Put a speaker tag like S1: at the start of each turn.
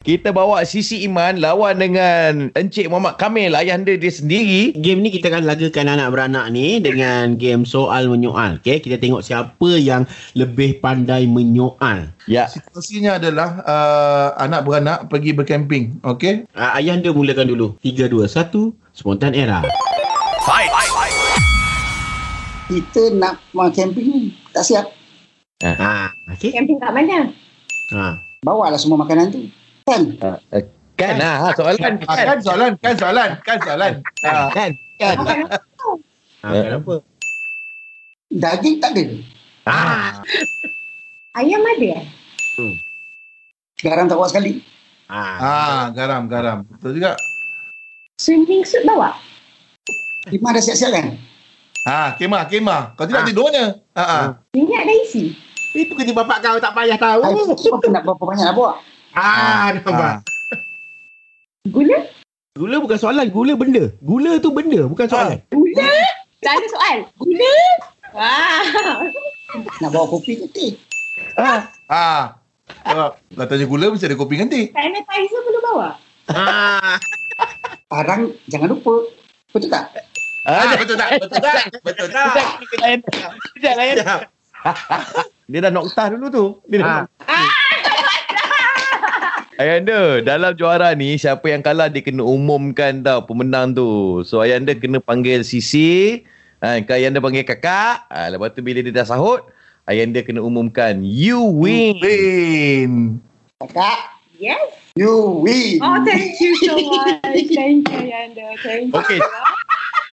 S1: Kita bawa Sisi Iman lawan dengan Encik Muhammad Kamil, ayahanda dia sendiri.
S2: Game ni kita akan lagakan anak beranak ni dengan game soal menyoal. Okay? Kita tengok siapa yang lebih pandai menyoal.
S1: Ya,
S3: Situasinya adalah uh, anak beranak pergi berkemping. Okey?
S2: Uh, ayahanda mulakan dulu. 3, 2, 1. Spontan era.
S4: Kita nak uh, camping ni tak siap.
S2: Ha, okay.
S5: Camping kat mana?
S2: Ha.
S4: Bawalah semua makanan tu. Kan?
S1: kan lah soalan
S3: Ah,
S1: kan.
S3: kan soalan, kan soalan, kan soalan. Ah,
S1: Kan?
S5: Makan apa?
S2: Ha, kenapa?
S4: Daging tak ada.
S2: Ha.
S5: Ayam ada eh?
S4: Garam tak buat sekali.
S2: Ha.
S3: ah garam, garam. Betul juga.
S5: Swimming suit bawa?
S4: Iman dah siap-siap kan?
S3: Ah, kemah, kemah. Kau
S2: Ah.
S3: tidak ada duanya. Ha ah.
S5: Minyak dah isi?
S2: Itu kerja bapak kau tak payah tahu.
S4: Air putih pun nak berapa banyak nak bawa?
S2: Ah, nampak.
S3: ah.
S5: Gula?
S2: Gula bukan soalan, gula benda. Gula tu benda, bukan soalan.
S5: Gula? Tak ada soal. Gula? Wah.
S4: Nak bawa kopi ke teh?
S3: Ah. Sebab Kalau tanya gula mesti ada kopi ganti.
S5: Sanitizer perlu bawa?
S2: Ah.
S4: Parang jangan lupa. Betul tak?
S3: Ah, betul tak? Betul tak? Betul tak?
S1: Sekejap lain. Dia dah noktah dulu tu. Dia dah
S2: Ah.
S1: Ayanda, dalam juara ni siapa yang kalah dia kena umumkan tau pemenang tu. So Ayanda kena panggil Sisi, ha, kau Ayanda panggil kakak. Ha, lepas tu bila dia dah sahut, Ayanda kena umumkan you win.
S3: Win.
S4: Kakak,
S5: Yes.
S4: you win.
S5: Oh, thank you so much. Thank you, Yanda. Thank you.
S1: Okay.